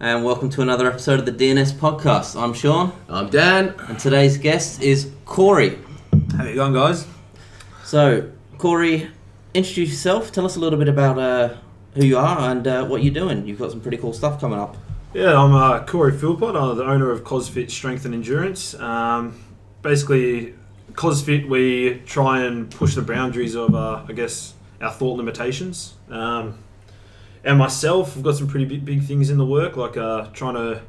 and welcome to another episode of the DNS podcast. I'm Sean, I'm Dan. and today's guest is Corey. How you going, guys? So, Corey, introduce yourself. Tell us a little bit about uh, who you are and uh, what you're doing. You've got some pretty cool stuff coming up. Yeah, I'm uh, Corey Philpott. I'm the owner of CosFit Strength and Endurance. Um, basically, CosFit, we try and push the boundaries of, uh, I guess, our thought limitations. Um, and myself, I've got some pretty big, big things in the work, like uh, trying to,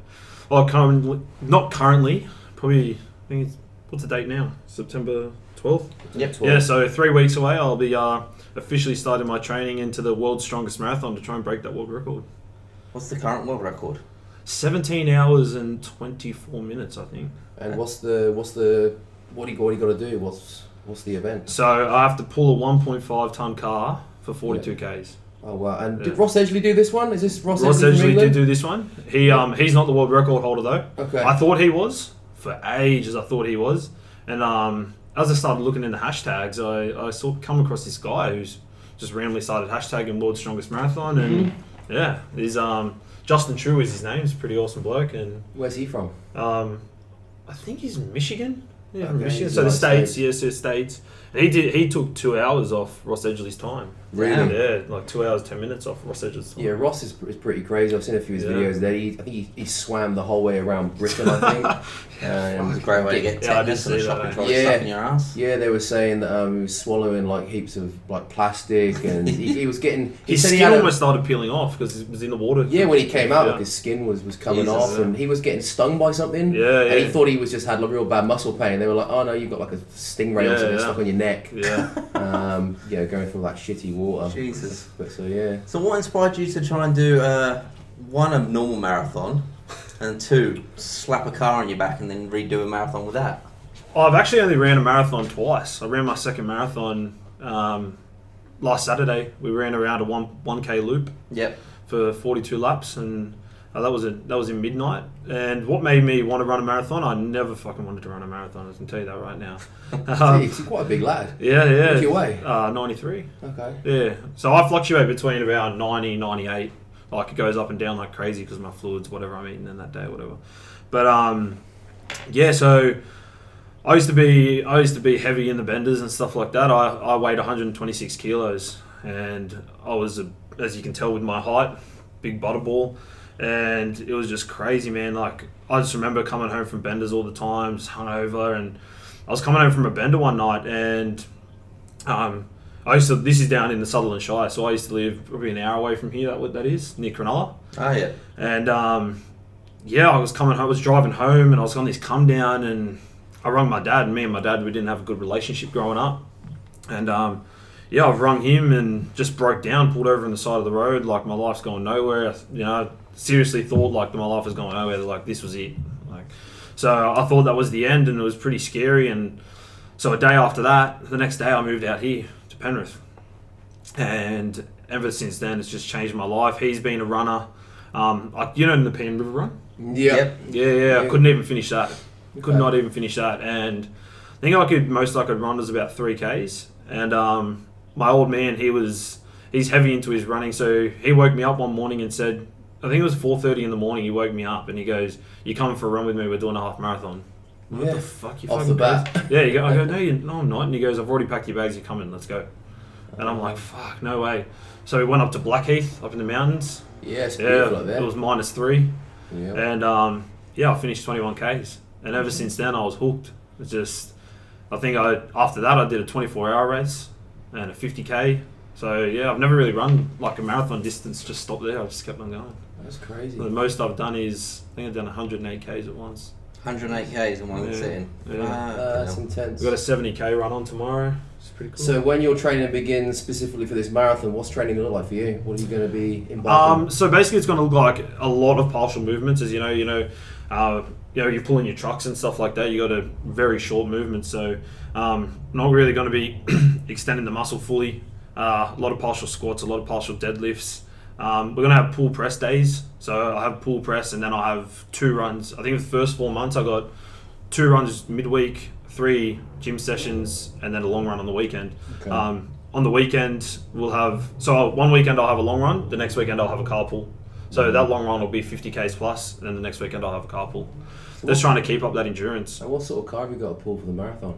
well, currently, not currently, probably, I think it's, what's the date now? September 12th? Yep. Yeah, so three weeks away, I'll be uh, officially starting my training into the world's strongest marathon to try and break that world record. What's the current world record? 17 hours and 24 minutes, I think. And what's the what's the what do you, what do you got to do? What's what's the event? So I have to pull a 1.5 ton car for 42 k's. Oh wow! And did Yeah. Ross Edgley do this one? Is this Ross, Ross Edgley? from actually did England? do this one. He um he's not the world record holder though. Okay. I thought he was for ages. I thought he was, and um as I started looking in the hashtags, I I saw come across this guy who's just randomly started hashtagging world's strongest marathon, and Mm-hmm. yeah, he's um Justin True is his name. He's a pretty awesome bloke, and Where's he from? Um, I think he's in Michigan. Yeah, from Okay, Michigan. he's So the United states, States. yes, the states. He did. He took two hours off Ross Edgley's time. Really? Yeah, like two hours ten minutes off Ross Edgley's time. Yeah, Ross is, is pretty crazy. I've seen a few of his Yeah. videos. That he, I think he, he swam the whole way around Britain. I think. That was a Um, great way to get Yeah, I tetanus did and a see shock that, controller eh? stuck Yeah. in your ass. yeah, they were saying that um, he was swallowing like heaps of like plastic, and he, he was getting. He His said skin he had a- almost started peeling off because it was in the water. Yeah, when he came out, Yeah. like his skin was, was coming Jesus. off, and he was getting stung by something. Yeah, And he yeah. thought he was just had like real bad muscle pain. They were like, "Oh no, you've got like a stingray or Yeah, something yeah. stuck on your neck." Yeah. Um, yeah, going through all that shitty water. Jesus. But so yeah, So, what inspired you to try and do uh, one, a normal marathon, and two, slap a car on your back and then redo a marathon with that? I've actually only ran a marathon twice. I ran my second marathon um, last Saturday. We ran around a one one k loop. Yep. for 42 laps, and uh, that was a, that was in midnight. And what made me want to run a marathon? I never fucking wanted to run a marathon. I can tell you that right now. See, Um, he's quite a big lad. yeah, yeah. What's your weight? Uh, 93. Okay. Yeah. So I fluctuate between about 90, 98. Like it goes up and down like crazy because my fluids, whatever I'm eating in that day, whatever. But um, yeah. So I used to be I used to be heavy in the benders and stuff like that. I, I weighed 126 kilos, and I was a, as you can tell with my height, big butter ball, and it was just crazy, man. Like I just remember coming home from benders all the time, just hungover, and I was coming home from a bender one night, and um, I used to. This is down in the Sutherland Shire, so I used to live probably an hour away from here. That what that is near Cronulla, Oh, yeah. and um, yeah, I was coming. home- I was driving home, and I was on this come down, and I rung my dad. And me and my dad, we didn't have a good relationship growing up, and um, yeah, I've rung him and just broke down, pulled over on the side of the road. Like my life's going nowhere. You know, I seriously thought like my life was going nowhere. Like this was it. Like, so I thought that was the end, and it was pretty scary. And so a day after that, the next day, I moved out here to Penrith, and ever since then, it's just changed my life. He's been a runner. Um, like you know, in the Pen River Run. Yeah. Yep. Yeah, yeah, Yeah. I couldn't even finish that. Could Okay. not even finish that. And I think I could most I could run was about three k's. And um, my old man, he was he's heavy into his running, so he woke me up one morning and said, I think it was four thirty in the morning. He woke me up and he goes, "You coming for a run with me? We're doing a half marathon." I'm like, What Yeah. the fuck? You Off fucking the bat. crazy?" Yeah, you go, I go, no, you, no, I'm not. And he goes, I've already packed your bags. You're coming. Let's go. And I'm like, fuck, no way. So we went up to Blackheath, up in the mountains. Yeah, it's beautiful Yeah, up there. it was minus three. yeah. And um, yeah, I finished 21 Ks, and ever since then I was hooked. It's just, I think I after that I did a 24 hour race and a 50K. So yeah, I've never really run like a marathon distance. Just stopped there. I just kept on going. That's crazy. The most I've done is I think I've done 108 Ks at once. 108 Ks in one Yeah. sitting. Yeah. Ah, Uh, that's bloody intense. We got a 70K run on tomorrow. It's pretty cool. So when your training begins specifically for this marathon, what's training gonna look like for you? What are you gonna be embarking? Um, so basically, it's going to look like a lot of partial movements, as you know, you know, uh, you know, you're pulling your trucks and stuff like that. You got a very short movement, so um, not really going to be extending the muscle fully. Uh, a lot of partial squats, a lot of partial deadlifts. Um, we're going to have pull press days, so I have pull press, and then I will have two runs. I think the first four months I got two runs midweek, three gym sessions, and then a long run on the weekend. Okay. Um, on the weekend, we'll have so I'll- one weekend I'll have a long run, the next weekend I'll have a carpool. So that long run will be 50k's plus, and then the next weekend I'll have a carpool. They're just trying to keep up that endurance. So what sort of car have you got to pull for the marathon?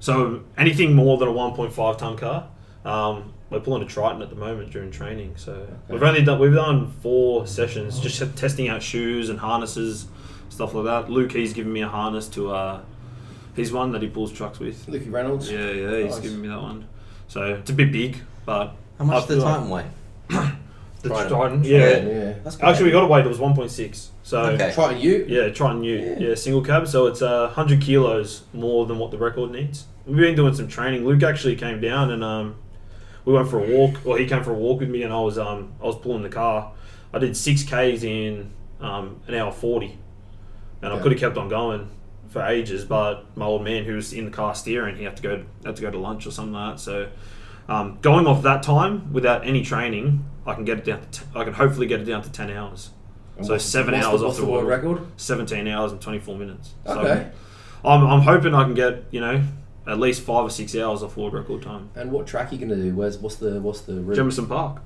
So anything more than a 1.5 ton car, um, we're pulling a Triton at the moment during training. So we've only done we've done four sessions, just testing out shoes and harnesses, stuff like that. Luke, he's given me a harness to. Uh, he's one that he pulls trucks with. Lukey Reynolds. Yeah, yeah, he's Nice. giving me that one. So it's a bit big, but How much I does feel the like- Titan weigh? the Triton. Triton, yeah. yeah. That's good. Actually, we got a weight that was 1.6. So Okay. Try and you. yeah, Triton U, yeah. single cab. So it's uh, 100 kilos more than what the record needs. We've been doing some training. Luke actually came down and um, we went for a walk. Well, he came for a walk with me, and I was um, I was pulling the car. I did six k's in um, an hour 40, and I Yeah. could have kept on going for ages. But my old man, who was in the car steering, he had to go had to go to lunch or something like that. So um, going off that time without any training, I can get it down. To t- I can hopefully get it down to 10 hours. And So what's- seven what's hours the, off what's the the world world. record. 17 hours and 24 minutes. Okay. So I'm, I'm hoping I can get, you know, at least five or six hours off world record time. And what track are you gonna do? Where's what's the what's the route? Jamison Park.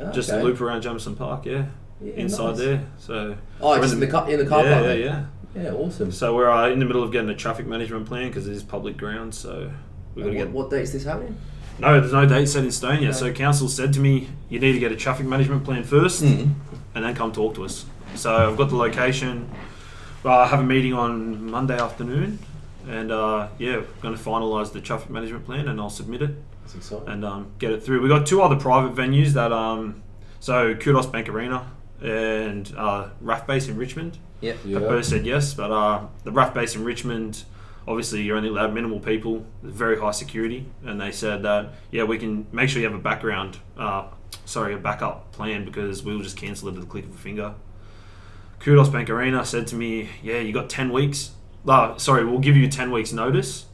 Ah, Just okay. a loop around Jamison Park, yeah. Yeah, Inside nice. there. So Oh, we're it's in the car in the car yeah, park. eh? yeah, then? yeah. Yeah, awesome. So we're uh, in the middle of getting a traffic management plan because it is public ground, so we've got And to get What, what date's this happening? No, there's no date set in stone yet. Okay. So council said to me, you need to get a traffic management plan first, Hmm. Mm-hmm. and then come talk to us. So I've got the location. Well, I have a meeting on Monday afternoon, and uh, yeah, we're going to finalise the traffic management plan, and I'll submit it It's exciting. and um, get it through. We got two other private venues that um, so Kudos Bank Arena and uh, RAF Base in Richmond Yep. yeah. have both said yes, but uh, the RAF base in Richmond, obviously you're only allowed minimal people, very high security, and they said that yeah we can make sure you have a background, uh, sorry a backup plan because we will just cancel it at the click of a finger. Kudos Bank Arena said to me, yeah you got ten weeks. Uh, sorry, we'll give you ten weeks notice,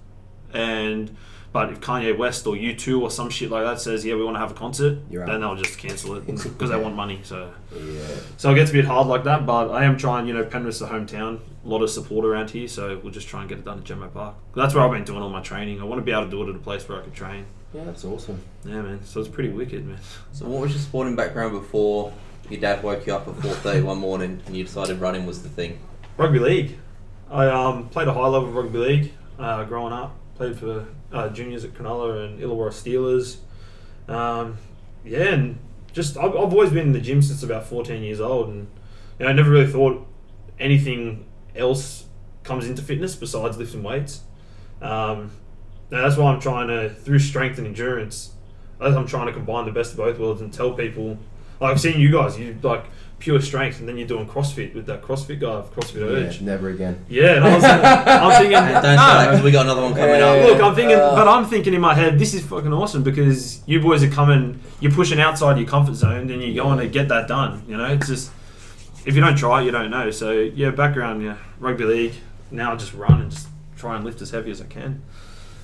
and but if Kanye West or U two or some shit like that says yeah we want to have a concert, You're out. then they'll just cancel it because they want money. So. Yeah. So it gets a bit hard like that, but I am trying, you know, Penrith's the hometown, a lot of support around here, so we'll just try and get it done at Gemmo Park. That's where I've been doing all my training. I want to be able to do it at a place where I can train. Yeah, that's awesome. Yeah, man. So it's pretty wicked, man. So, what was your sporting background before your dad woke you up at four thirty one morning and you decided running was the thing? Rugby league. I um, played a high level of rugby league uh, growing up. Played for uh, juniors at Cronulla and Illawarra Steelers. Um, yeah, and just I've, I've always been in the gym since about 14 years old, and you know, I never really thought anything else comes into fitness besides lifting weights. Um, now that's why I'm trying to through strength and endurance. that's- I'm trying to combine the best of both worlds and tell people. Like I've seen you guys, you like pure strength, and then you're doing CrossFit with that CrossFit guy of CrossFit Urge. Yeah, never again. Yeah, and I was, I'm thinking. And don't start no. because we got another one coming Yeah. up. Look, I'm thinking, Uh. but I'm thinking in my head, this is fucking awesome because you boys are coming, you're pushing outside your comfort zone, and you're going to get that done. You know, it's just if you don't try, it, you don't know. So yeah, background, yeah, rugby league. Now I just run and just try and lift as heavy as I can.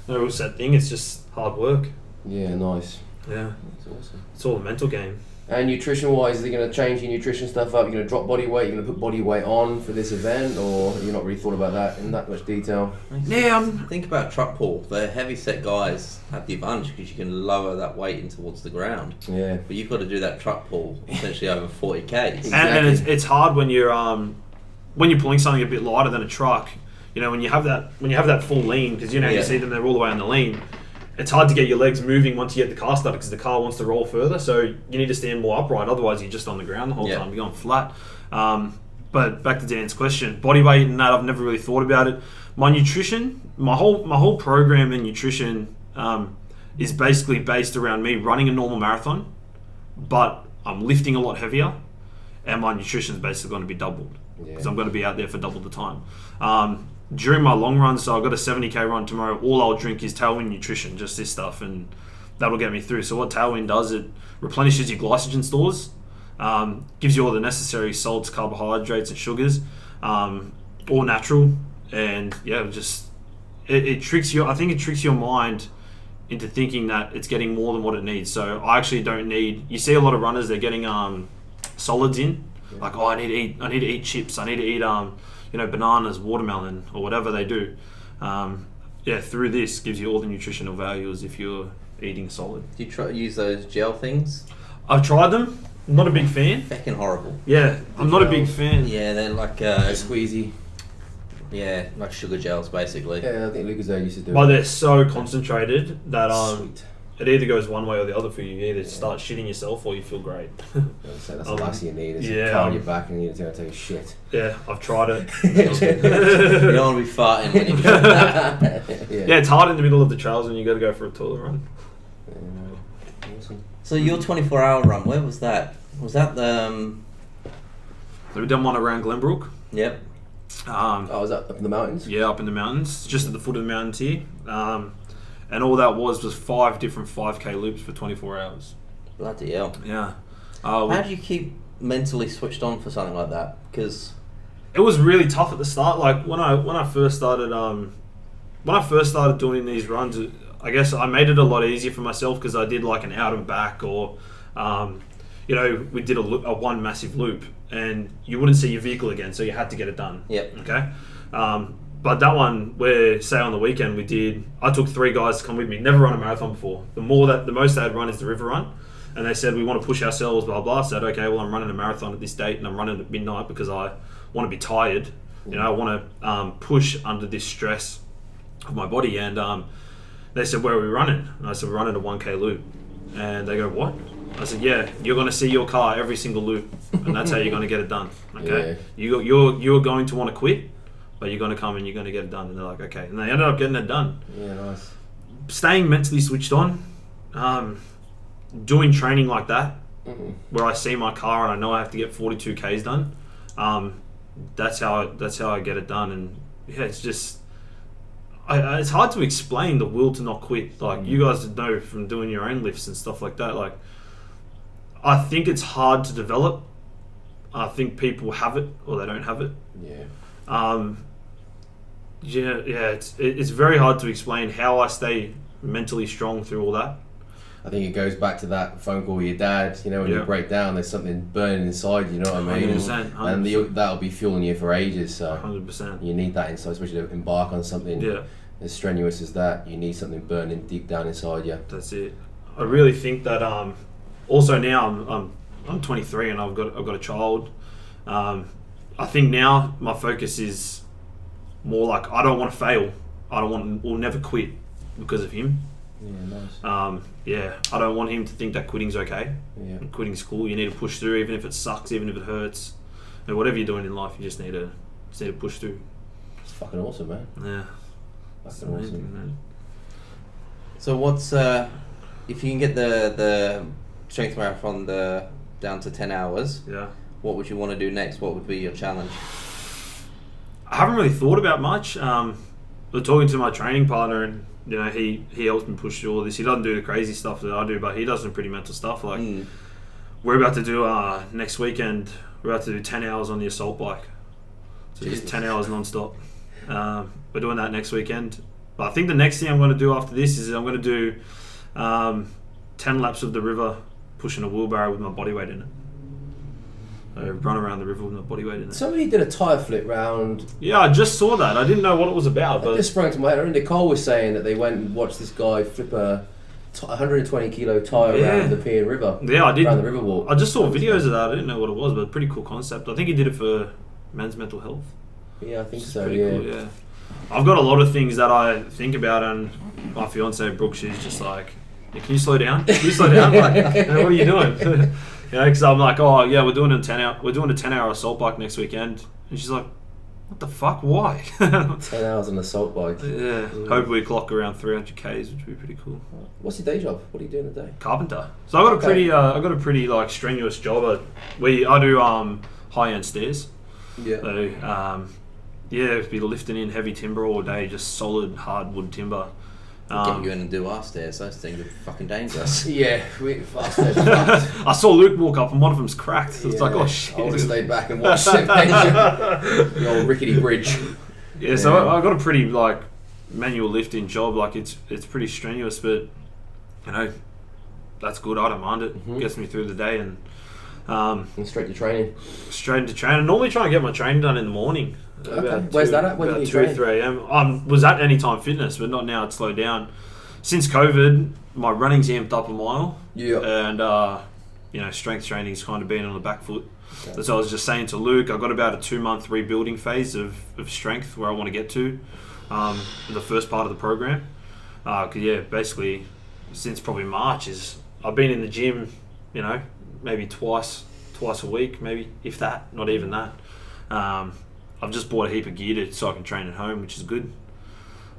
No real set thing. It's just hard work. Yeah, nice. Yeah, That's awesome. it's all a mental game. And nutrition wise, are you going to change your nutrition stuff up? You're going to drop body weight. You're going to put body weight on for this event, or you're not really thought about that in that much detail. Yeah, I'm, Think about truck pull. The heavy set guys have the advantage because you can lower that weight in towards the ground. Yeah. But you've got to do that truck pull essentially over 40k. And, and Exactly. it's, it's hard when you're um, when you're pulling something a bit lighter than a truck. You know, when you have that when you have that full lean, because you know Yeah. you see them they're all the way on the lean. It's hard to get your legs moving once you get the car started because the car wants to roll further. So you need to stand more upright. Otherwise, you're just on the ground the whole Yeah. time. You're going flat. Um, but back to Dan's question, body weight and that I've never really thought about it. My nutrition, my whole my whole program in nutrition um, is basically based around me running a normal marathon, but I'm lifting a lot heavier and my nutrition is basically going to be doubled because Yeah. I'm going to be out there for double the time. Um, during my long run, so I've got a 70k run tomorrow. All I'll drink is Tailwind Nutrition, just this stuff, and that'll get me through. So what Tailwind does, it replenishes your glycogen stores, um, gives you all the necessary salts, carbohydrates, and sugars, um, all natural, and yeah, just it, it tricks your. I think it tricks your mind into thinking that it's getting more than what it needs. So I actually don't need. You see a lot of runners they're getting um, solids in, like oh I need to eat I need to eat chips, I need to eat um you know bananas, watermelon, or whatever they do. Um, yeah, through this gives you all the nutritional values if you're eating solid. Do you try use those gel things? I've tried them. not a big fan. Fucking horrible. Yeah, I'm not a big fan. Yeah, they're like uh, squeezy. yeah, like sugar gels basically. Yeah, I think Lucasade used to do But it. they're so concentrated that um, Sweet. it either goes one way or the other for you. You either start shitting yourself or you feel great. So that's the Um, last thing you need. Is yeah, a car on um, your back and you need to take a shit. yeah, I've tried it. you don't want to be farting when you drink that. yeah. Yeah, it's hard in the middle of the trails when you got to go for a toilet run. Awesome. So your 24 hour run, where was that? Was that the? Um, So we done one around Glenbrook. yep. Um, Oh, is that up in the mountains? yeah, up in the mountains, just at the foot of the mountains here. Um, and all that was was five different 5k loops for 24 hours. Bloody hell. Yeah. Uh, we- How do you keep mentally switched on for something like that? Because it was really tough at the start. Like when I when I first started um, when I first started doing these runs, I guess I made it a lot easier for myself because I did like an out and back or, um, you know, we did a, loo- a one massive loop and you wouldn't see your vehicle again, so you had to get it done. Yep. Okay. Um, but that one where say on the weekend we did, I took three guys to come with me. Never run a marathon before. The more that the most they had run is the river run. And they said we want to push ourselves, blah blah. I said okay, well I'm running a marathon at this date and I'm running at midnight because I want to be tired. You know, I want to um, push under this stress of my body. And um, they said, Where are we running? And I said, We're running a 1K loop. And they go, What? I said, Yeah, you're going to see your car every single loop, and that's how you're going to get it done. Okay? Yeah. You, you're, you're going to want to quit, but you're going to come and you're going to get it done. And they're like, Okay. And they ended up getting it done. Yeah, nice. Staying mentally switched on, um, doing training like that, Mm. where I see my car and I know I have to get 42 Ks done. Um, that's how that's how I get it done, and yeah, it's just I, I, it's hard to explain the will to not quit. Like you guys know from doing your own lifts and stuff like that. Like I think it's hard to develop. I think people have it or they don't have it. Yeah. Um, yeah, yeah, it's it, it's very hard to explain how I stay mentally strong through all that. I think it goes back to that phone call with your dad. You know, when Yeah. you break down, there's something burning inside. You know what I mean? 100%, And you- that'll be fueling you for ages. So Hundred percent. you need that inside, especially to embark on something Yeah. as strenuous as that. You need something burning deep down inside you. That's it. I really think that. Um, also now I'm, I'm I'm 23 and I've got I've got a child. Um, I think now my focus is more like I don't want to fail. I don't want will never quit because of him. Yeah, nice. Um, yeah, I don't want him to think that quitting's okay. Yeah. Quitting's cool. You need to push through, even if it sucks, even if it hurts. You know, whatever you're doing in life, you just need to just need to push through. It's fucking awesome, man. Yeah, Fucking it's awesome. amazing, man. so what's uh, if you can get the the strength marathon the down to 10 hours, Yeah. what would you want to do next? What would be your challenge? I haven't really thought about much. Um, but talking to my training partner, and you know, he he helps me push through all this. He doesn't do the crazy stuff that I do, but he does some pretty mental stuff. Like Mm. we're about to do uh, next weekend. We're about to do ten hours on the assault bike, so Jesus. just ten hours non-stop. Um, we're doing that next weekend. But I think the next thing I'm going to do after this is I'm going to do um, ten laps of the river, pushing a wheelbarrow with my body weight in it. So run around the river with my body weight in it. Somebody did a tire flip round Yeah, I just saw that. I didn't know what it was about, It but just sprung to my head. I remember Nicole was saying that they went and watched this guy flip a t- 120 kilo tire Yeah. around the Pier River. Yeah, I did. Around the river walk. I just saw videos of that. I didn't know what it was, but pretty cool concept. I think he did it for men's mental health. yeah, I think It's so. pretty Yeah. cool. Yeah, I've got a lot of things that I think about, and my fiance Brooke, she's just like, "Yeah, "Can you slow down? Can you slow down? Like, you know, what are you doing?" you know, because I'm like, "Oh yeah, we're doing a ten hour, we're doing a ten hour assault bike next weekend," and she's like, "What the fuck? Why?" Ten hours on an assault bike. yeah. Hopefully, we clock around 300 k's, which would be pretty cool. What's your day job? What do you do in the day? carpenter. So I got a Okay. pretty, uh, I got a pretty like strenuous job. I, we I do um high end stairs. Yeah. So um, yeah, it'd be lifting in heavy timber all day, just solid hardwood timber. get you Um, in and do our stairs. Those things are fucking dangerous. Yeah, we fast. I saw Luke walk up and one of them's cracked. It's like oh I would have shit. stayed back and watched it. the old rickety bridge. Yeah, so Yeah. I, I got a pretty like manual lifting job. Like it's it's pretty strenuous, but you know that's good. I don't mind it. Mhm. Gets me through the day and. Um, And straight to training. straight into training. I normally try and get my training done in the morning. About Where's two- that at? Where do about you two, train? three a.m. I was at Anytime Fitness, but not now. It's slowed down since COVID. My running's amped up a mile, Yeah. and uh, you know, strength training's kind of been on the back foot. Okay. That's what I was just saying to Luke. I've got about a two month rebuilding phase of, of strength where I want to get to um, in the first part of the program. Because, yeah, basically, since probably March, is I've been in the gym, you know, maybe twice, twice a week, maybe, if that, not even that. Um, I've just bought a heap of gear to, so I can train at home, which is good.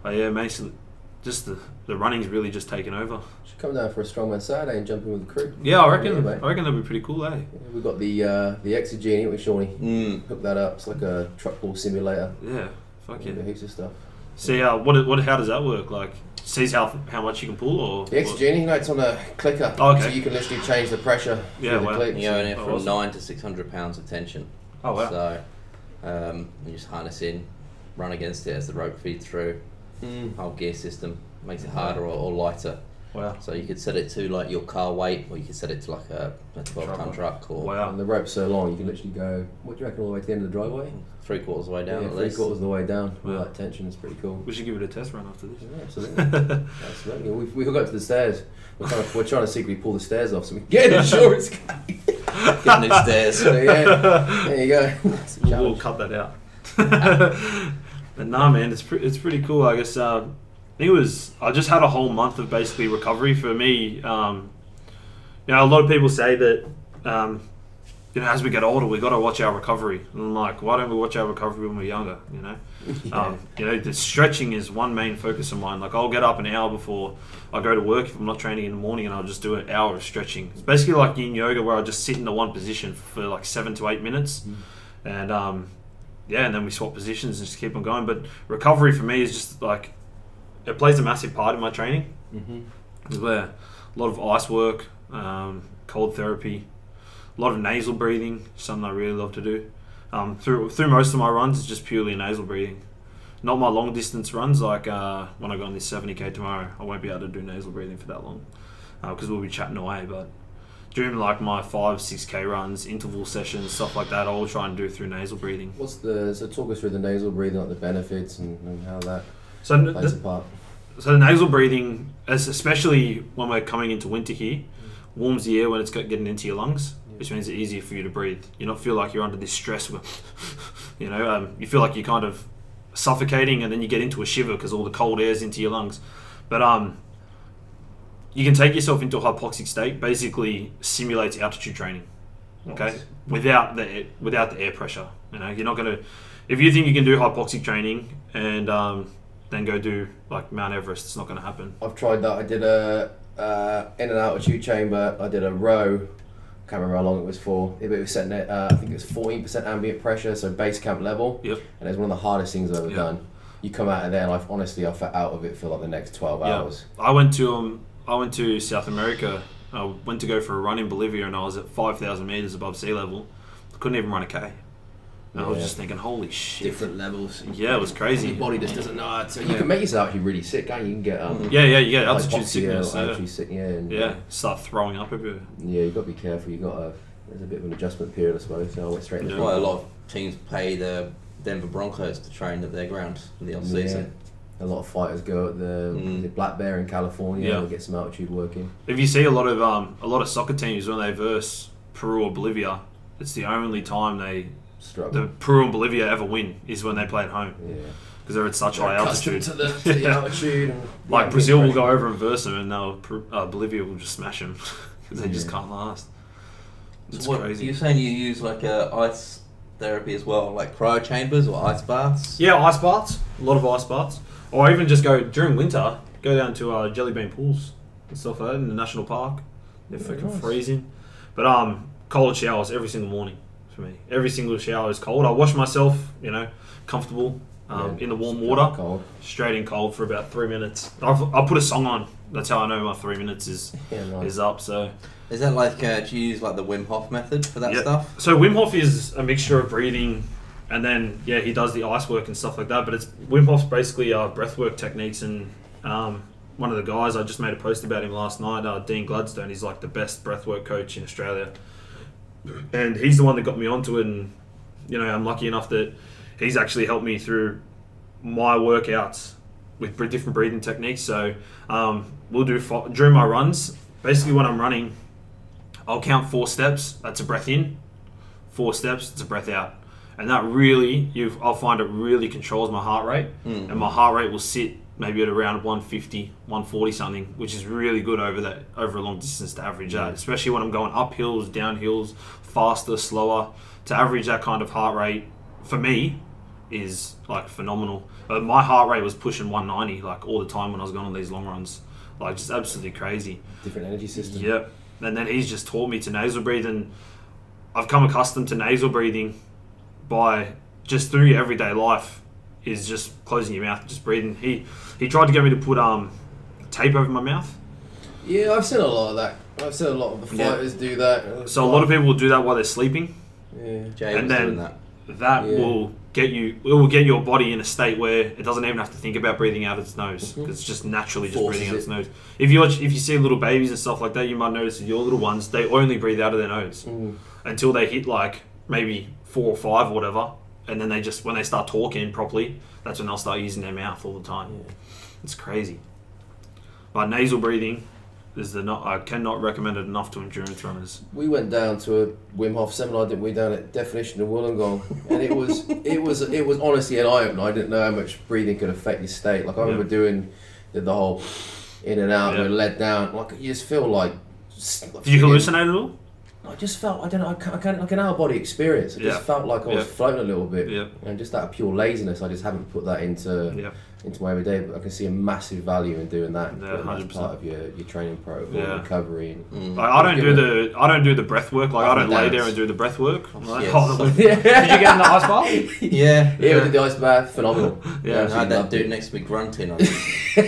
But yeah, basically, just the, the running's really just taken over. Should come down for a strongman Saturday and jump in with the crew. Yeah, I reckon. mate. I reckon that'd be pretty cool, eh? We've got the uh, the Exogene with Shawnee. Mm. Hook that up. It's like a truck pull simulator. Yeah, fuck yeah. We do Heaps of stuff. See how what what how does that work? Like sees how how much you can pull or The Exogene, you know, it's on a clicker, Oh, okay. so you can literally change the pressure. Yeah, through the wow. clips. You go in there Oh, from awesome. nine to six hundred pounds of tension. oh wow. So um, you just harness in, run against it as the rope feeds through. Mm. Whole gear system makes it harder or, or lighter. wow. So you could set it to like your car weight, or you could set it to like a, a twelve ton Truck. truck or Wow. And the rope's so um, long, you can literally go. What do you reckon all the way to the end of the driveway? three quarters of the way down yeah, at three least. quarters of the way down. All Wow. that tension is pretty cool. We should give it a test run after this. Yeah, absolutely. Absolutely. We, we hook up to the stairs. We're trying, to, we're trying to secretly pull the stairs off so we can get an insurance. claim. Get new stairs. so, yeah, there you go. That's a We'll, we'll challenge. cut that out. but nah, man, it's pre- it's pretty cool. I guess uh, I think it was I just had a whole month of basically recovery for me. Um, you know, a lot of people say that um, you know as we get older, we got to watch our recovery. And I'm like, why don't we watch our recovery when we're younger? You know. Yeah. Um, you know, the stretching is one main focus of mine. Like, I'll get up an hour before I go to work if I'm not training in the morning, and I'll just do an hour of stretching. It's basically like yin yoga, where I just sit in the one position for like seven to eight minutes, and um, yeah, and then we swap positions and just keep on going. But recovery for me is just like it plays a massive part in my training. Mhm. It's where a lot of ice work, um, cold therapy, a lot of nasal breathing, something I really love to do. Um, through through most of my runs, it's just purely nasal breathing. Not my long distance runs, like uh, when I go on this 70k tomorrow, I won't be able to do nasal breathing for that long because we'll be chatting away. But during like my five, 6k runs, interval sessions, stuff like that, I'll try and do through nasal breathing. What's the so talk us through the nasal breathing, like the benefits and, and how that So, n- plays th- a part. so the nasal breathing, as especially when we're coming into winter here, warms the air when it's got- getting into your lungs, which means it's easier for you to breathe. You don't feel like you're under this stress. Where, you know, um, you feel like you're kind of suffocating, and then you get into a shiver because all the cold air's into your lungs. But um, you can take yourself into a hypoxic state. Basically, simulates altitude training. Okay, without the air- without the air pressure, you know, you're not gonna. If you think you can do hypoxic training and um, then go do like Mount Everest, it's not gonna happen. I've tried that. I did a uh, in and altitude chamber. I did a row. Can't remember how long it was for. It was setting it. Uh, I think it was fourteen percent ambient pressure, so base camp level. Yep. And it's one of the hardest things I've ever Yeah. done. You come out of there, and I've honestly I felt out of it for like the next twelve hours. I went to um, I went to South America. I went to go for a run in Bolivia, and I was at five thousand meters above sea level. Couldn't even run a k. And I was Yeah. just thinking, holy shit! Different levels. Yeah, it was crazy. Your body just doesn't know how to. You can make yourself actually really sick, can't you? You can get um, Yeah, yeah, you get altitude hypoxia, sickness. yeah. altitude sick, yeah, and, yeah, start throwing up everywhere. yeah. You got to be careful. You got to. There's a bit of an adjustment period, I suppose. So I went straight. Yeah. into That's why a lot of teams pay the Denver Broncos to train at their ground in the off season. A lot of fighters go at the, Mm. the Black Bear in California. Yeah. Yeah. get some altitude work in. If you see a lot of um, a lot of soccer teams when they verse Peru or Bolivia, it's the only time they Struggle. the Peru and Bolivia ever win is when they play at home yeah. because they're at such They're high altitude. accustomed to the, to the Yeah. altitude. And, Like Yeah, Brazil will pressure. go over and verse them, and they'll Peru- uh, Bolivia will just smash them because they just Yeah. can't last. It's what, crazy. You're saying you use like a ice therapy as well, like cryo chambers or ice baths? Yeah, ice baths. A lot of ice baths. Or even just go during winter, go down to uh, jelly bean pools and stuff like that in the national park. They're Very fucking nice. freezing. But um, cold showers every single morning for me. Every single shower is cold. I wash myself, you know, comfortable um, Yeah. in the warm Straight water, Cold. straight in cold for about three minutes. I've, I put a song on. That's how I know my three minutes is Yeah, nice. is up. So Is that like, uh, do you use like the Wim Hof method for that Yeah. stuff? So Wim Hof is a mixture of breathing, and then yeah, he does the ice work and stuff like that. But it's Wim Hof's basically uh, breath work techniques, and um, one of the guys I just made a post about him last night, uh, Dean Gladstone. He's like the best breath work coach in Australia, and he's the one that got me onto it. And you know, I'm lucky enough that he's actually helped me through my workouts with br- different breathing techniques. So um, we'll do fo- during my runs. Basically, when I'm running, I'll count four steps. That's a breath in. Four steps. It's a breath out. And that really, you I'll find it really controls my heart rate. And my heart rate will sit maybe at around 150, 140 something, which is really good over that over a long distance to average that, especially when I'm going up hills, down hills, faster, slower. To average that kind of heart rate for me is like phenomenal. Uh, my heart rate was pushing 190 like all the time when I was going on these long runs, like just absolutely crazy. Different energy system. Yep. And then he's just taught me to nasal breathe, and I've come accustomed to nasal breathing by just through your everyday life is just closing your mouth, just breathing. He he tried to get me to put um tape over my mouth, Yeah, I've seen a lot of that. I've seen a lot of the Yeah. fighters do that. so a lot of people will do that while they're sleeping. Yeah. Jay And was then- doing that. That Yeah. will get you. It will get your body in a state where it doesn't even have to think about breathing out its nose. 'cause It's just naturally just Mm-hmm. Forces breathing out its it. nose. If you watch, if you see little babies and stuff like that, you might notice that your little ones they only breathe out of their nose. Mm. until they hit like maybe four or five or whatever, and then they just when they start talking properly, that's when they'll start using their mouth all the time. It's crazy. But nasal breathing is the not I cannot recommend it enough to endurance runners. We went down to a Wim Hof seminar, didn't we? Down at Definition of Wollongong, and it was it was it was honestly an eye opener. I didn't know how much breathing could affect your state. Like I remember doing did the whole in and out, Yeah. and let down. Like you just feel like. s- like Do you friggin- hallucinate at all? I just felt I don't know. I can't, I can't like an out of body experience. I just Yeah. felt like I was Yeah. floating a little bit, Yeah. and just out of pure laziness, I just haven't put that into Yeah. into my everyday. But I can see a massive value in doing that. and Yeah, that's 100%. part of your, your training protocol, Yeah. recovery, and Mm. Like I don't Give do the I don't do the breath work. Like I Up and don't lay there downs. and do the breath work. I'm like, Yes. oh, that was- yeah. Did you get in the ice bath? Yeah. Yeah, Yeah. we did the ice bath, phenomenal. Yeah. I absolutely had that loved it. dude next to me grunting. I was-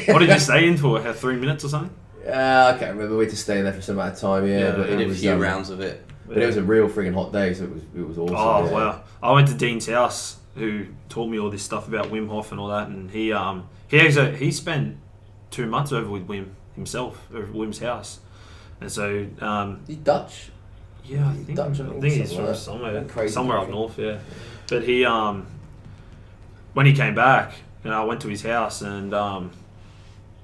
What did you stay in for? How- Three minutes or something? Uh, I can't remember. We just stayed there for some amount of time. Yeah, Yeah, but I it did a was few um, rounds of it. But it was a real freaking hot day, so it was it was awesome. Oh yeah. wow! I went to Dean's house, who taught me all this stuff about Wim Hof and all that, and he um he actually, he spent two months over with Wim himself over at Wim's house, and so um He's Dutch. yeah I He's think, Dutch, I I think, think he's somewhere. from somewhere Crazy somewhere up country. north yeah, but he um when he came back and I went to his house and um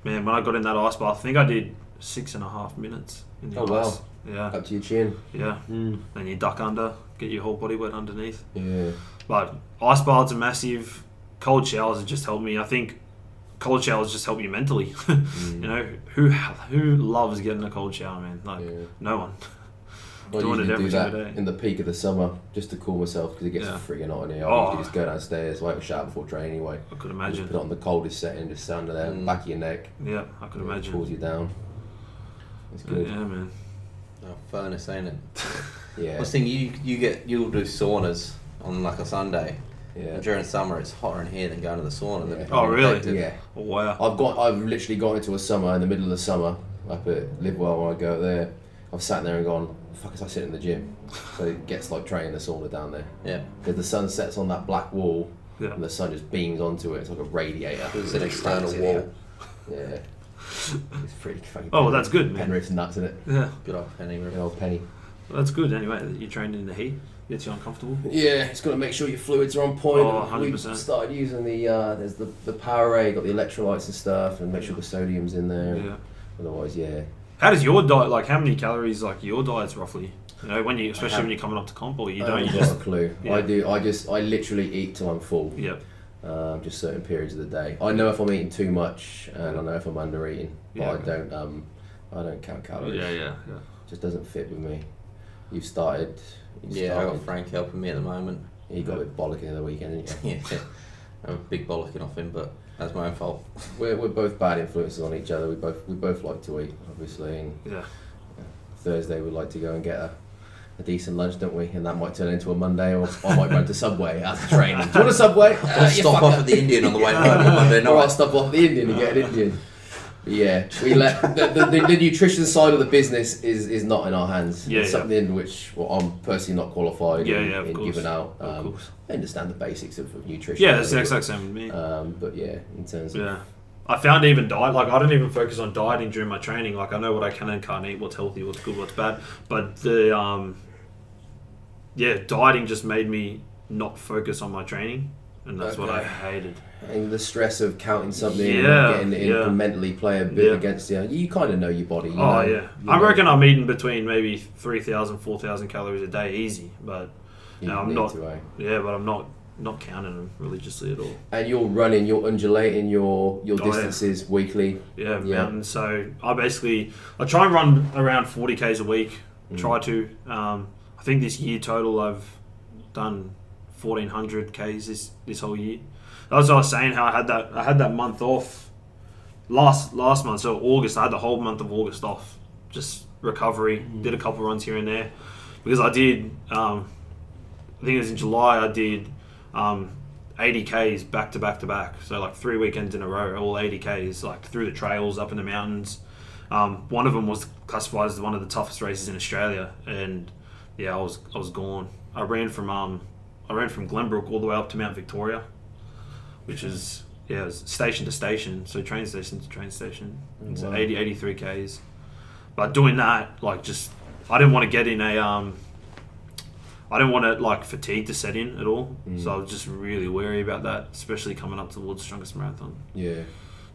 man when I got in that ice bath I think I did six and a half minutes in the Oh, wow. ice yeah Up to your chin. yeah then you duck under get your whole body wet underneath. Yeah. But ice baths are massive. Cold showers have just helped me. I think cold showers just help you mentally. You know, who who loves getting a cold shower, man? Like Yeah. no one. I Doing usually it every do that single day. in the peak of the summer just to cool myself because it gets Yeah. freaking hot in here. I Oh. usually just go downstairs, like a shower before train anyway. I could Just put imagine. on the coldest setting, just under there, Mm. back of your neck, Yeah, I could cools imagine. you down. It's Yeah, good. man. Oh, furnace, ain't it? I Yeah. was thinking you you get you'll do saunas on like a Sunday. Yeah. And during summer, it's hotter in here than going to the sauna. That'd be Oh, really? effective. Yeah. Oh, wow. I've got I've literally got into a summer in the middle of the summer up at Livewell when I go up there. I've sat there and gone, fuck is I sitting in the gym? So it gets like training the sauna down there. Yeah, Because the sun sets on that black wall Yeah. and the sun just beams onto it. It's like a radiator. it was an external Yeah. wall. Yeah. It's pretty fucking Oh, well, that's good, man. Penrith's nuts in it. Yeah, Good old penny. Good old penny. well, that's good. Anyway, that you trained in the heat gets you uncomfortable. Yeah, it's got to make sure your fluids are on point. Oh, We 100%. started using the uh, there's the the Powerade, got the electrolytes and stuff, and make sure the sodium's in there. Yeah. Otherwise, yeah, How does your diet like? How many calories like your diet's roughly? You know, when you especially have- when you're coming up to comp or you I don't. You haven't just got Um, a clue. Yeah. I do. I just. I literally eat till I'm full. yep. Um, just certain periods of the day. I know if I'm eating too much, and I know if I'm under eating. But Yeah, I okay. don't. Um, I don't count calories. Yeah, yeah, yeah. Just doesn't fit with me. You started. You Yeah, I started. got Frank helping me at the moment. You got a bit bollocking the other weekend, didn't Yeah, I'm a big bollocking off him, but that's my own fault. you? we're, we're both bad influences on each other. We both we both like to eat, obviously. And Yeah. Thursday we like to go and get a. A decent lunch, don't we? And that might turn into a Monday, or I might run to Subway after training. Do you want a Subway? I'll Uh, you stop off fucker. at the Indian on the way home on Monday or I'll night. stop off the Indian and get an Indian. But yeah, we let the, the, the, the nutrition side of the business is, is not in our hands. Yeah, it's yeah. something which well, I'm personally not qualified Yeah, in, yeah, of in course. giving out. Of Um, course. I understand the basics of, of nutrition. Yeah, that's the but- exact same with me. Um, but yeah, in terms of Yeah. I found even diet, like I don't even focus on dieting during my training. Like I know what I can and can't eat, what's healthy, what's good, what's bad. But the um, yeah, dieting just made me not focus on my training, and that's what I Okay. hated. and the stress of counting something, Yeah, and getting it yeah. mentally play a bit Yeah. against the. You kind of know your body. You Oh know, yeah, You I know reckon I'm eating between maybe 3,000, 4,000 calories a day, easy. But you no, I'm need not- to, eh? yeah, but I'm not not counting them religiously at all. And you're running, you're undulating your your Oh, yeah. distances weekly. Yeah, Yeah. mountain. So I basically I try and run around 40 k's a week. Try to. Um, I think this year total I've done 1400 k's this this whole year. That was what I was saying how I had that I had that month off last last month. So August I had the whole month of August off, just recovery. Did a couple runs here and there because I did. Um, I think it was in July I did. Um, 80k's back to back to back. So like three weekends in a row, all 80k's like through the trails up in the mountains. Um, one of them was classified as one of the toughest races in Australia, and yeah, I was I was gone. I ran from um, I ran from Glenbrook all the way up to Mount Victoria, which is yeah, it was station to station, so train station to train station. It's wow. 80 83k's. But doing that, like just I didn't want to get in a um, I didn't want it like fatigue to set in at all, so I was just really wary about that, especially coming up towards strongest marathon. Yeah.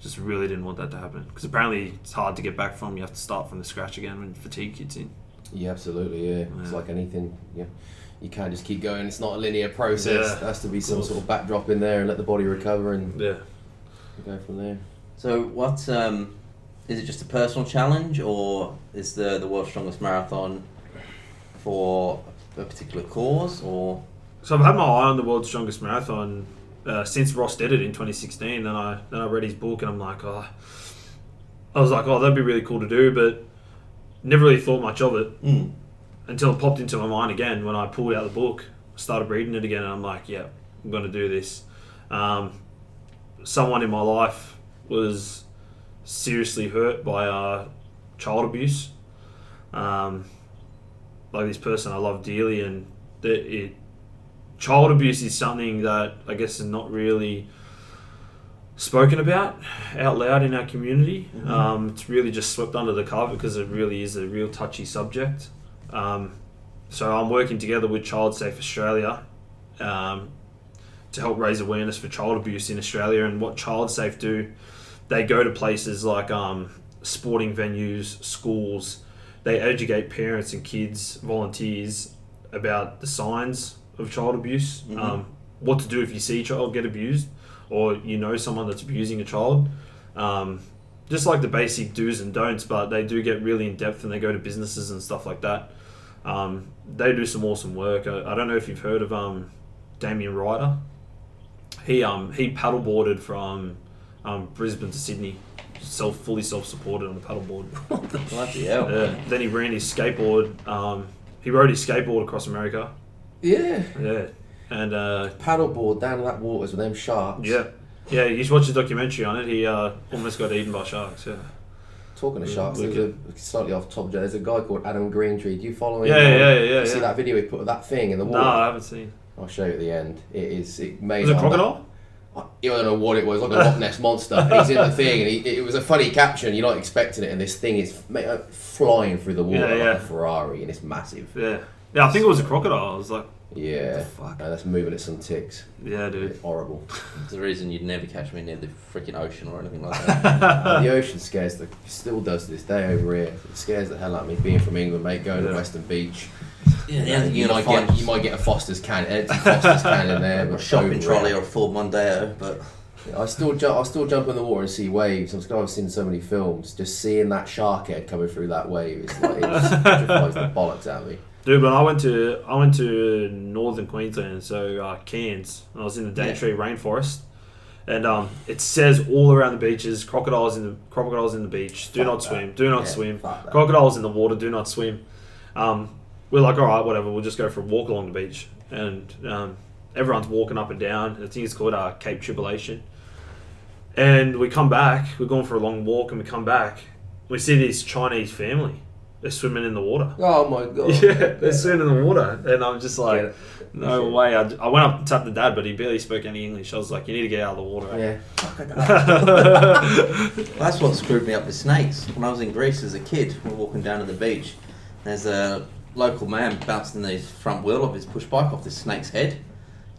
Just really didn't want that to happen because apparently it's hard to get back from. You have to start from the scratch again when fatigue kicks in. Yeah, absolutely. Yeah, it's Yeah. like anything. Yeah, you can't just keep going. It's not a linear process. Yeah, there has to be some course. sort of backdrop in there and let the body recover and Yeah. go from there. So what um, is it? Just a personal challenge, or is the the world's strongest marathon for a particular cause, or So I've had my eye on the world's strongest marathon uh, since Ross did it in 2016. Then I then I read his book and I'm like, oh, I was like, oh, that'd be really cool to do, but never really thought much of it. Mm. until it popped into my mind again when I pulled out the book, started reading it again, and I'm like, yeah, I'm going to do this. Um, someone in my life was seriously hurt by uh, child abuse. Um, like this person I love dearly, and that it child abuse is something that I guess is not really spoken about out loud in our community. Um, it's really just swept under the carpet because it really is a real touchy subject. Um, so I'm working together with Child Safe Australia um, to help raise awareness for child abuse in Australia and what Child Safe do. They go to places like um, sporting venues, schools. They educate parents and kids, volunteers, about the signs of child abuse, um, what to do if you see a child get abused, or you know someone that's abusing a child. Um, just like the basic do's and don'ts, but they do get really in depth and they go to businesses and stuff like that. Um, they do some awesome work. I, I don't know if you've heard of um, Damien Ryder. He um, he paddleboarded from um, Brisbane to Sydney, self fully self supported on a paddleboard. bloody hell? yeah. Then he ran his skateboard. Um, he rode his skateboard across America. Yeah, Yeah, and uh, paddleboard down in that waters with them sharks. yeah, yeah. He's watched a documentary on it. He uh, almost got eaten by sharks. Yeah. Talking of Yeah, sharks, there's a slightly off topic. There's a guy called Adam Greentree. Do you follow him? Yeah, Um, yeah, yeah, you yeah, See yeah. that video he put of that thing in the No, water. I haven't seen. I'll show you at the end. It is. It made. Was it my- crocodile? I don't know what it was, like a Loch Ness monster. And he's in the thing, and he, it was a funny caption. You're not expecting it, and this thing is mate, uh, flying through the water Yeah, yeah. like a Ferrari, and it's massive. Yeah. Yeah, I think it was a crocodile. I was like, Yeah, Uh, fuck? and that's moving at some ticks. yeah, dude. It's horrible. It's the reason you'd never catch me near the freaking ocean or anything like that. Uh, the ocean scares the still does to this day over here. It scares the hell out of me. Being from England, mate, going to Yeah. Western Beach, yeah, you, might get you might get a Foster's can, an empty Foster's can in there, a but shopping so trolley rare. or a Ford Mondeo, but I still jump. I still jump in the water and see waves. I've I've seen so many films. Just seeing that shark head coming through that wave is like it just petrifies the bollocks out of me. Dude, but I went to I went to northern Queensland, so uh, Cairns. And I was in the Daintree rainforest, and um, it says all around the beaches, crocodiles in the crocodiles in the beach. Do Fuck not that. swim. Do not Yeah, swim. fuck that. Crocodiles in the water. Do not swim. Um, we're like, all right, whatever. We'll just go for a walk along the beach, and um, everyone's walking up and down. I think it's called uh, Cape Tribulation. And we come back. We're going for a long walk, and we come back. We see this Chinese family. They're swimming in the water. Oh my god! Yeah, they're swimming in the water, and I'm just Yeah. like, no way. I, I went up and tapped the dad, but he barely spoke any English. I was like, you need to get out of the water. eh?" Yeah. That's what screwed me up with snakes. When I was in Greece as a kid, we we're walking down to the beach. There's a local man bouncing the front wheel of his push bike off this snake's head.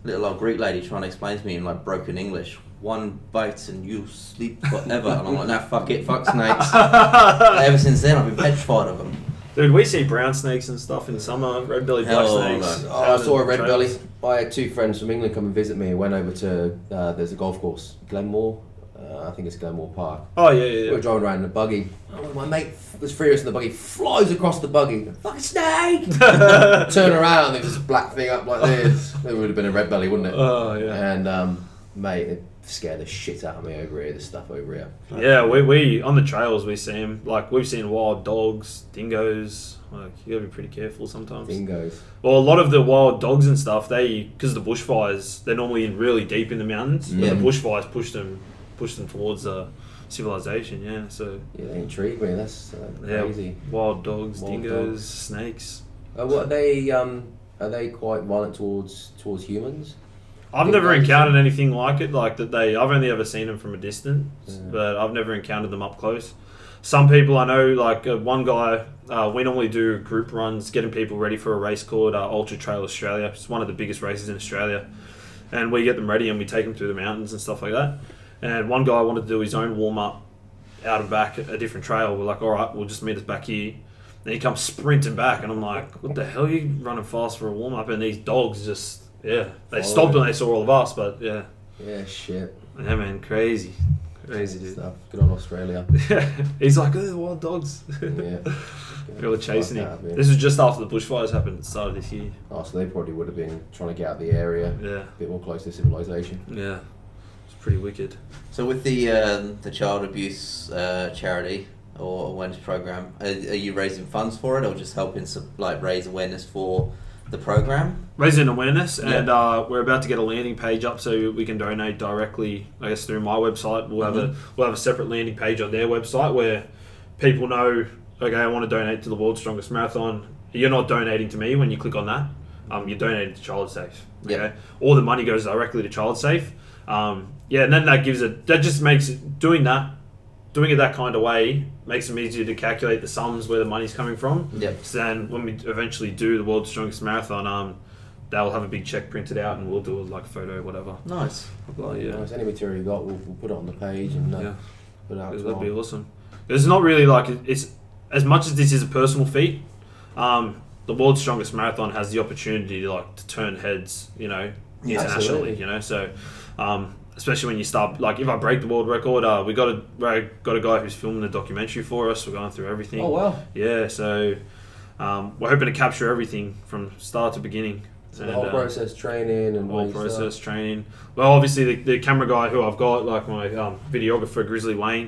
Little old Greek lady trying to explain to me in like broken English one bite and you sleep forever. and I'm like, nah, fuck it, fuck snakes. Ever since then, I've been petrified of them. Dude, we see brown snakes and stuff in summer, red belly black Hell snakes. no. Oh, I saw a red belly. I had two friends from England come and visit me. and Went over to uh, there's a golf course, Glenmore. Uh, I think it's Glenmore Park. Oh yeah, yeah, We yeah. were driving around in a buggy. Oh, my mate was furious in the buggy. Flies across the buggy. Fucking snake! Turn around. and There's this black thing up like this. It would have been a red belly, wouldn't it? Oh yeah. And um, mate, it scared the shit out of me over here. This stuff over here. Yeah, we, we on the trails we see them. Like we've seen wild dogs, dingoes. Like you gotta be pretty careful sometimes. Dingoes. Well, a lot of the wild dogs and stuff, they because of the bushfires, they're normally in really deep in the mountains. Yeah. But the bushfires push them, push them towards uh, civilization. Yeah, so Yeah, they intrigue me. That's uh, yeah, crazy. wild dogs, Wild dingoes, dogs. snakes. Uh, what are they? Um, are they quite violent towards towards humans? I've Big never dogs, encountered yeah. anything like it. Like that, they. I've only ever seen them from a distance, Yeah. but I've never encountered them up close. Some people I know, like uh, one guy, uh, we normally do group runs, getting people ready for a race called uh, Ultra Trail Australia. It's one of the biggest races in Australia, and we get them ready and we take them through the mountains and stuff like that. And one guy wanted to do his own warm up out and back at a different trail. We're like, all right, we'll just meet us back here. Then he comes sprinting back, and I'm like, what the hell are you running fast for a warm up? And these dogs just, yeah, they Follow stopped him. when they saw all of us, but yeah. Yeah, shit. Yeah, man, crazy. Crazy, dude. stuff. Good on Australia. He's like, oh, wild dogs. yeah. People were chasing Fuck that, him. man. This was just after the bushfires happened at the start of this year. Oh, so they probably would have been trying to get out of the area, Yeah, a bit more close to civilization. yeah. It's pretty wicked. So with the um, the child abuse uh, charity or awareness program, are, are you raising funds for it or just helping sup- like raise awareness for the program? raising awareness, Yeah. and uh, we're about to get a landing page up so we can donate directly. I guess through my website, we'll have Mm-hmm. a we'll have a separate landing page on their website where people know. Okay, I want to donate to the world's strongest marathon. You're not donating to me when you click on that. Um, you're donating to Child Safe. Okay, Yeah. all the money goes directly to Child Safe. Um, yeah, and then that gives it. That just makes it, doing that. Doing it that kind of way makes them easier to calculate the sums where the money's coming from. Yep. So then when we eventually do the world's strongest marathon, um, they'll have a big check printed out and we'll do a like photo, whatever. Nice. Like, Well, yeah, if any material you got, we'll, we'll put it on the page and uh, yeah, put it out that'd to be our- awesome. It's not really like it's as much as this is a personal feat. Um, the world's strongest marathon has the opportunity to like to turn heads, you know, Yeah, internationally, absolutely. you know. So, um, especially when you start like if I break the world record, uh, we got a we got a guy who's filming the documentary for us. We're going through everything. Oh, wow. Yeah, so um, we're hoping to capture everything from start to beginning. So the whole uh, process, training and the whole ways, uh, process, training. Well, obviously, the, the camera guy who I've got, like my um, videographer, Grizzly Wayne.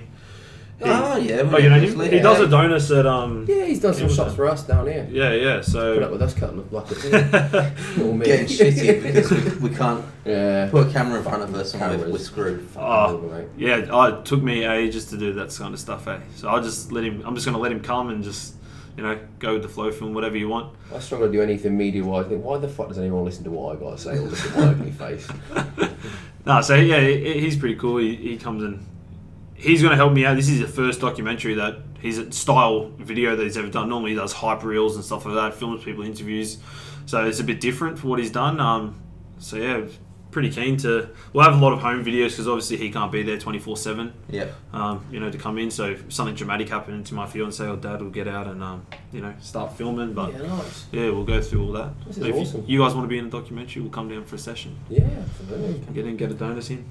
He, oh yeah. oh, you know him? obviously, He yeah. does a donus at. Um, Yeah, he's done some Yeah, shots so- for us down here. yeah, yeah, Put up so. with us cutting up like a thing. All me. Getting shitty because we, we can't yeah. put a camera in front of us and we're, Cameras. we're screwed. Oh. Fucking hell, mate. yeah, oh, it took me ages to do that kind of stuff, eh? So I'll just let him, I'm just going to let him come and just, you know, go with the flow film, whatever you want. I struggle to do anything media wise. Think, why the fuck does anyone listen to what I got to say or listen to my ugly face? No, so yeah, he- he's pretty cool. He, he comes in. He's going to help me out. This is the first documentary that he's style video that he's ever done. Normally, he does hype reels and stuff like that, films people, interviews. So it's a bit different for what he's done. Um, so yeah, pretty keen to. We'll have a lot of home videos because obviously he can't be there twenty four seven. Yep. Um, you know, to come in. So if something dramatic happened to my fiance or dad, will get out and um, you know start filming. But yeah, nice. yeah, we'll go through all that. This So is if you- awesome. you guys want to be in a documentary, we'll come down for a session. Yeah, absolutely. Get in, get a donus in.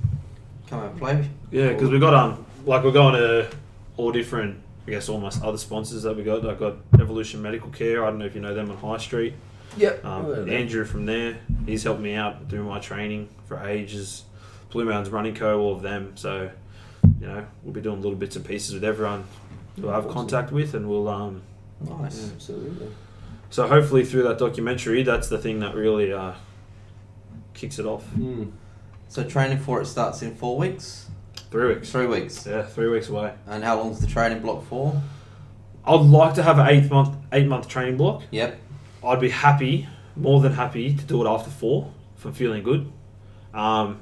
Come and play. Yeah, because we got um, like we're going to all different, I guess, almost other sponsors that we got. I got Evolution Medical Care. I don't know if you know them on High Street. Yep. Um, Well, there. Andrew from there, he's helped me out through my training for ages. Blue Mountains Running Co. All of them. So, you know, we'll be doing little bits and pieces with everyone who I have Awesome. contact with, and we'll um, Nice. Absolutely. so hopefully through that documentary, that's the thing that really uh, kicks it off. Hmm. Mm. So training for it starts in four weeks, Three weeks. three weeks. Yeah, three weeks away. And how long's the training block for? I'd like to have an eight month eight month training block. Yep. I'd be happy, more than happy, to do it after four if I'm feeling good. Um,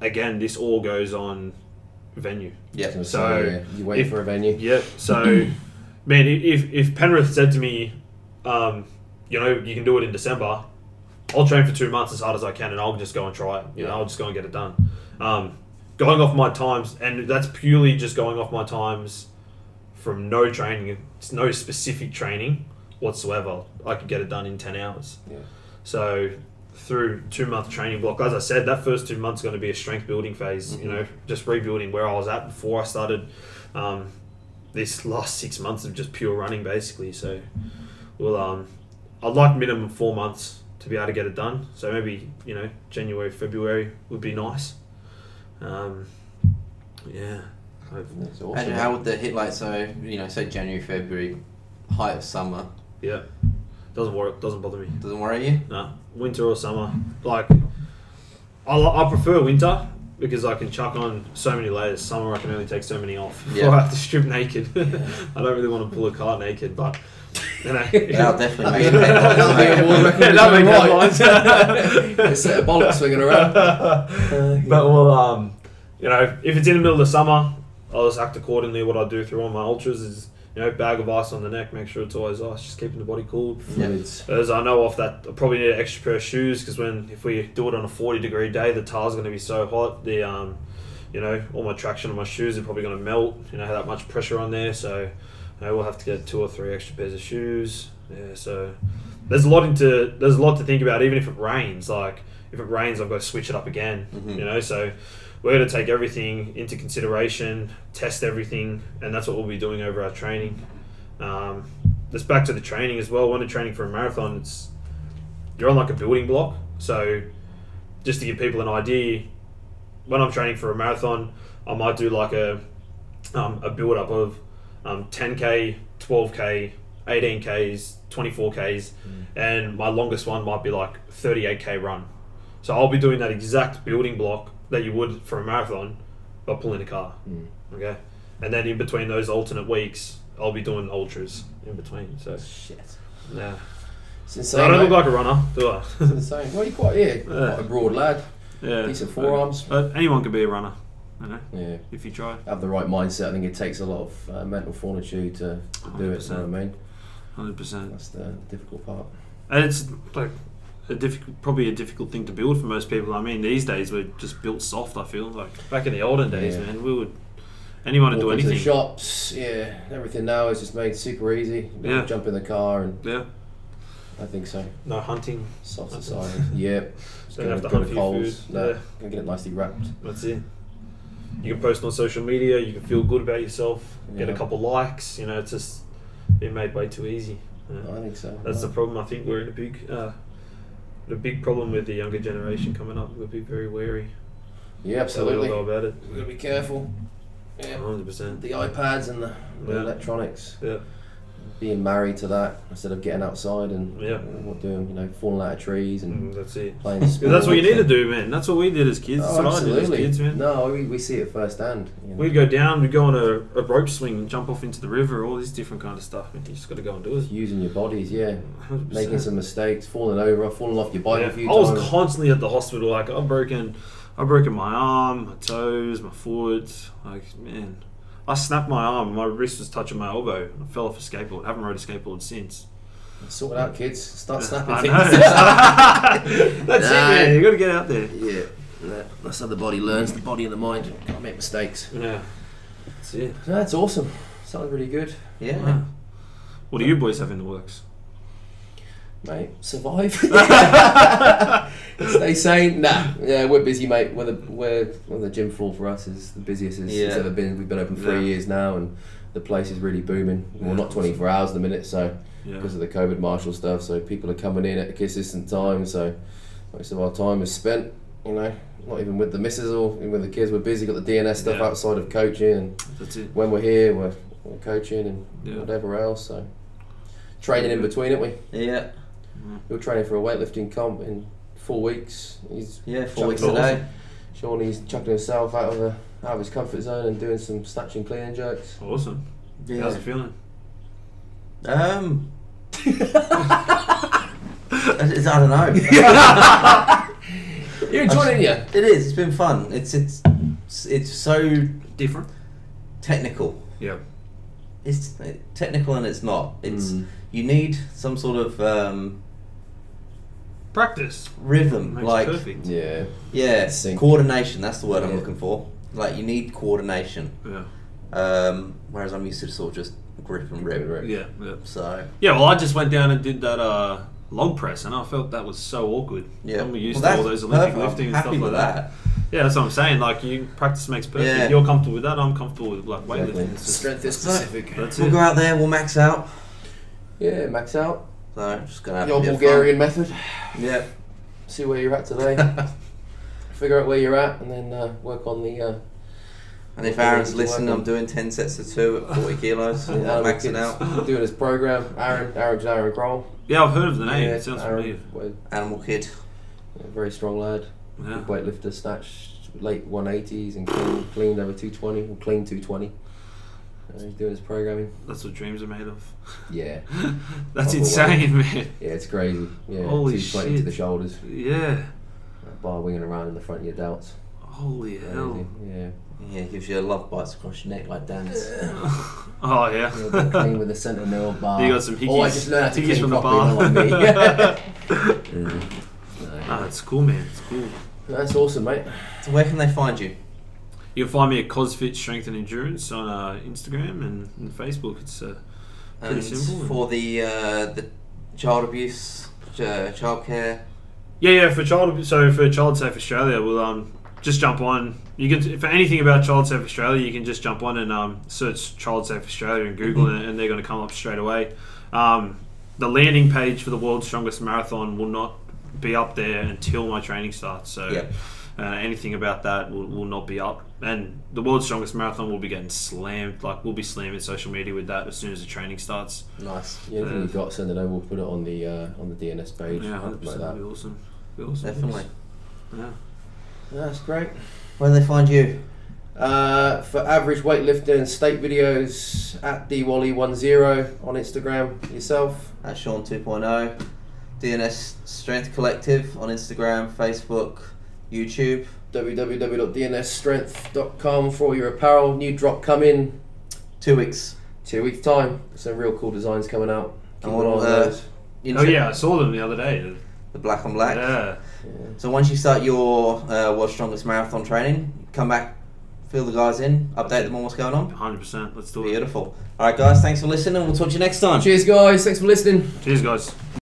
again, this all goes on venue. Yep. So, So, yeah, uh, you wait if- for a venue. Yeah. So, man, i- if if Penrith said to me, um, you know, you can do it in December, I'll train for two months as hard as I can, and I'll just go and try it. You know, Yeah. I'll just go and get it done. Um, going off my times, and that's purely just going off my times from no training, it's no specific training whatsoever. I could get it done in ten hours. Yeah. So through two month training block, as I said, that first two months going to be a strength building phase. You know, just rebuilding where I was at before I started. Um, this last six months of just pure running, basically. So we'll um, I'd like minimum four months to be able to get it done. So maybe you know January, February would be nice. Um, yeah, hopefully. That's awesome. Imagine how would the hit like so you know say January February height of summer yeah. Doesn't work. Doesn't bother me. doesn't worry you No, winter or summer. Like I, li- I prefer winter because I can chuck on so many layers. Summer I can only take so many off before Yeah. I have to strip naked. I don't really want to pull a car naked, but you know. that'll definitely make Yeah, that'll be a war record. it Yeah, that'd be Uh, headlines. A set of bollocks swinging around. but well, um, you know, if it's in the middle of summer, I'll just act accordingly. What I do through all my ultras is, you know, bag of ice on the neck, make sure it's always ice, just keeping the body cool. Fluids. As I know off that, I probably need an extra pair of shoes because when if we do it on a forty degree day, the tar's going to be so hot. The um, you know, all my traction on my shoes are probably going to melt. You know, that much pressure on there, so you know, we'll have to get two or three extra pairs of shoes. Yeah, so there's a lot into there's a lot to think about. Even if it rains, like if it rains, I've got to switch it up again. You know, so we're going to take everything into consideration, test everything, and that's what we'll be doing over our training. Um, just back to the training as well. When you're training for a marathon, it's you're on like a building block. So just to give people an idea, when I'm training for a marathon, I might do like a um, a build up of um, 10k, 12k, 18ks, 24ks, and my longest one might be like 38k run. So I'll be doing that exact building block that you would for a marathon, but pulling a car. Okay, and then in between those alternate weeks, I'll be doing ultras in between. So shit yeah, It's so insane. I don't look mate. like a runner, do I? It's insane. Well, you quite, yeah, quite a broad lad. yeah, Decent forearms. But anyone could be a runner, you know, Yeah. if you try. Have the right mindset. I think it takes a lot of uh, mental fortitude to, to do it. You know 100%. what I mean? Hundred percent. That's the difficult part. And it's like a difficult, probably a difficult thing to build for most people. I mean, these days we're just built soft. I feel like back in the olden days, Yeah. man, we would anyone would do Walk into the anything. shops, yeah. Everything now is just made super easy. You Yeah. Jump in the car, and Yeah, I think so. no hunting. Soft That's society. yep. Just Don't have to go hunt for to your Coles. food. No, Yeah. gonna get it nicely wrapped. That's it. You can post on social media. You can feel good about yourself. Get a Yeah. couple likes. You know, it's just been made way too easy. Yeah. I think so. That's the problem. I think we're in a big, uh, the big problem with the younger generation coming up. We'll be very wary. yeah, how we all absolutely. go about it. We've got to be careful. Yeah. Hundred percent. The iPads and the, the Yeah. electronics. Yeah. Being married to that instead of getting outside and Yeah. what doing, you know, falling out of trees and Mm, That's it. playing sports. Because that's what you need to and- do, man. That's what we did as kids. That's Oh, what I did as absolutely. kids, man. No, we, we see it firsthand. You know. We'd go down, we'd go on a, a rope swing and jump off into the river, all this different kind of stuff. Man. You just got to go and do it. Using your bodies, yeah. 100%. Making some mistakes, falling over, falling off your bike Yeah. a few I was times. constantly at the hospital. Like, I've broken, I've broken my arm, my toes, my foot. Like, man. I snapped my arm and my wrist was touching my elbow. I fell off a skateboard. haven't rode a skateboard since. sort it out, kids. Start snapping I things. know. That's Nah. it, man. you got to get out there. yeah, that- that's how the body learns. The body and the mind can't make mistakes. Yeah. That's it. No, that's awesome. Sounds really good, yeah Wow. What do you boys have in the works? mate. Survive. Stay sane. Nah, yeah, we're busy, mate. We're the we're well, the gym floor for us is the busiest it's, it's Yeah. ever been. We've been open three Yeah. years now, and the place is really booming. Well, Yeah. not twenty four hours at the minute, so. Yeah. because of the COVID martial stuff. So people are coming in at a consistent time. So most of our time is spent, you know, not even with the missus or even with the kids. We're busy. Got the DNS stuff Yeah. outside of coaching, and That's it. when we're here, we're, we're coaching and Yeah. whatever else. So training in between, aren't we? yeah You're training for a weightlifting comp in four weeks. He's yeah four Chuck weeks it a day Sean. He's chucking himself out of the out of his comfort zone and doing some snatching, clean and jerks. Awesome. How's it feeling? um it's, I don't know You're enjoying it, yeah. it is it's been fun it's it's it's so Different. technical Yeah. it's technical and it's not it's Mm. you need some sort of um, Practice. rhythm Makes like perfect. Yeah. yeah Sync. coordination that's the word i'm Yeah. looking for Like you need coordination. Yeah. Um, whereas I'm used to sort of just grip and rip. Grip and Yeah. Yeah. So Yeah, well, I just went down and did that uh, log press, and I felt that was so awkward. yeah, I'm used Well, to all that's those Olympic perfect. I'm lifting and happy stuff with like that. Yeah, that's what I'm saying. Like, you practice makes perfect. Yeah. You're comfortable with that. I'm comfortable with like Exactly. weightlifting. It's just- Strength is So- specific. that's We'll it. go out there. We'll max out. Yeah, max out. So just gonna have The old a bit of Bulgarian method. Fun. Yeah. See where you're at today. Figure out where you're at, and then uh, work on the. Uh, And if What do we Aaron's need to work listening, on? I'm doing 10 sets of two at 40 kilos. I'm how we maxing get- out. Doing his program. Aaron, Aaron's Aaron Grohl. Yeah, I've heard of the name. Yeah, it sounds Aaron, familiar. well, Animal Kid. a very strong lad. Yeah. Weightlifter, snatched late 180s and clean, cleaned over 220. Well, clean 220. Uh, he's doing his programming. That's what dreams are made of. Yeah, That's Proper insane, man. yeah, it's crazy. Yeah, Holy 220 to shit. the shoulders. Yeah. Bar winging around in the front of your delts. Holy hell. Crazy, Yeah. Yeah, gives you a love bites across your neck like Dan's. Oh, yeah. You know, the clean with a centennial bar. You got some Oh, I hickeys- just learned how to hickeys clean from the properly, bar. not on me. Ah, it's cool, man. It's cool. That's awesome, mate. So where can they find you? You can find me at CosFit Strength and Endurance on uh, Instagram and, and Facebook. It's uh, pretty And simple. for the uh, the child abuse, uh, childcare. Yeah, yeah. For child, so for Child Safe Australia, we'll um just jump on. You can for anything about Child Safe Australia, you can just jump on and um search Child Safe Australia and Google it, and they're going to come up straight away. Um, the landing page for the World's Strongest Marathon will not be up there until my training starts. So. Yep. Uh, anything about that will, will not be up, and the world's strongest marathon will be getting slammed. Like we'll be slamming social media with that as soon as the training starts. Nice. Yeah, anything you got, send it over. We'll put it on the uh, on the DNS page. Yeah, something hundred like percent. That'd that. be awesome. Be awesome. Definitely. Yeah. That's great. Where do they find you? Uh, for average weightlifting state videos at dwally10 on Instagram. Yourself. At Sean oh. 2.0. DNS Strength Collective on Instagram, Facebook, YouTube. www.dnsstrength.com for all your apparel. New drop coming Two weeks. two weeks time. Some real cool designs coming out. Keep And an what, eye on uh, those. Oh Inter- yeah, I saw them the other day. The black on black. Yeah, Yeah. So once you start your uh, World's Strongest Marathon training, come back, fill the guys in, update them on what's going on. hundred percent. Let's do it. Beautiful. All right, guys, thanks for listening. We'll talk to you next time. Cheers, guys. Thanks for listening. Cheers, guys.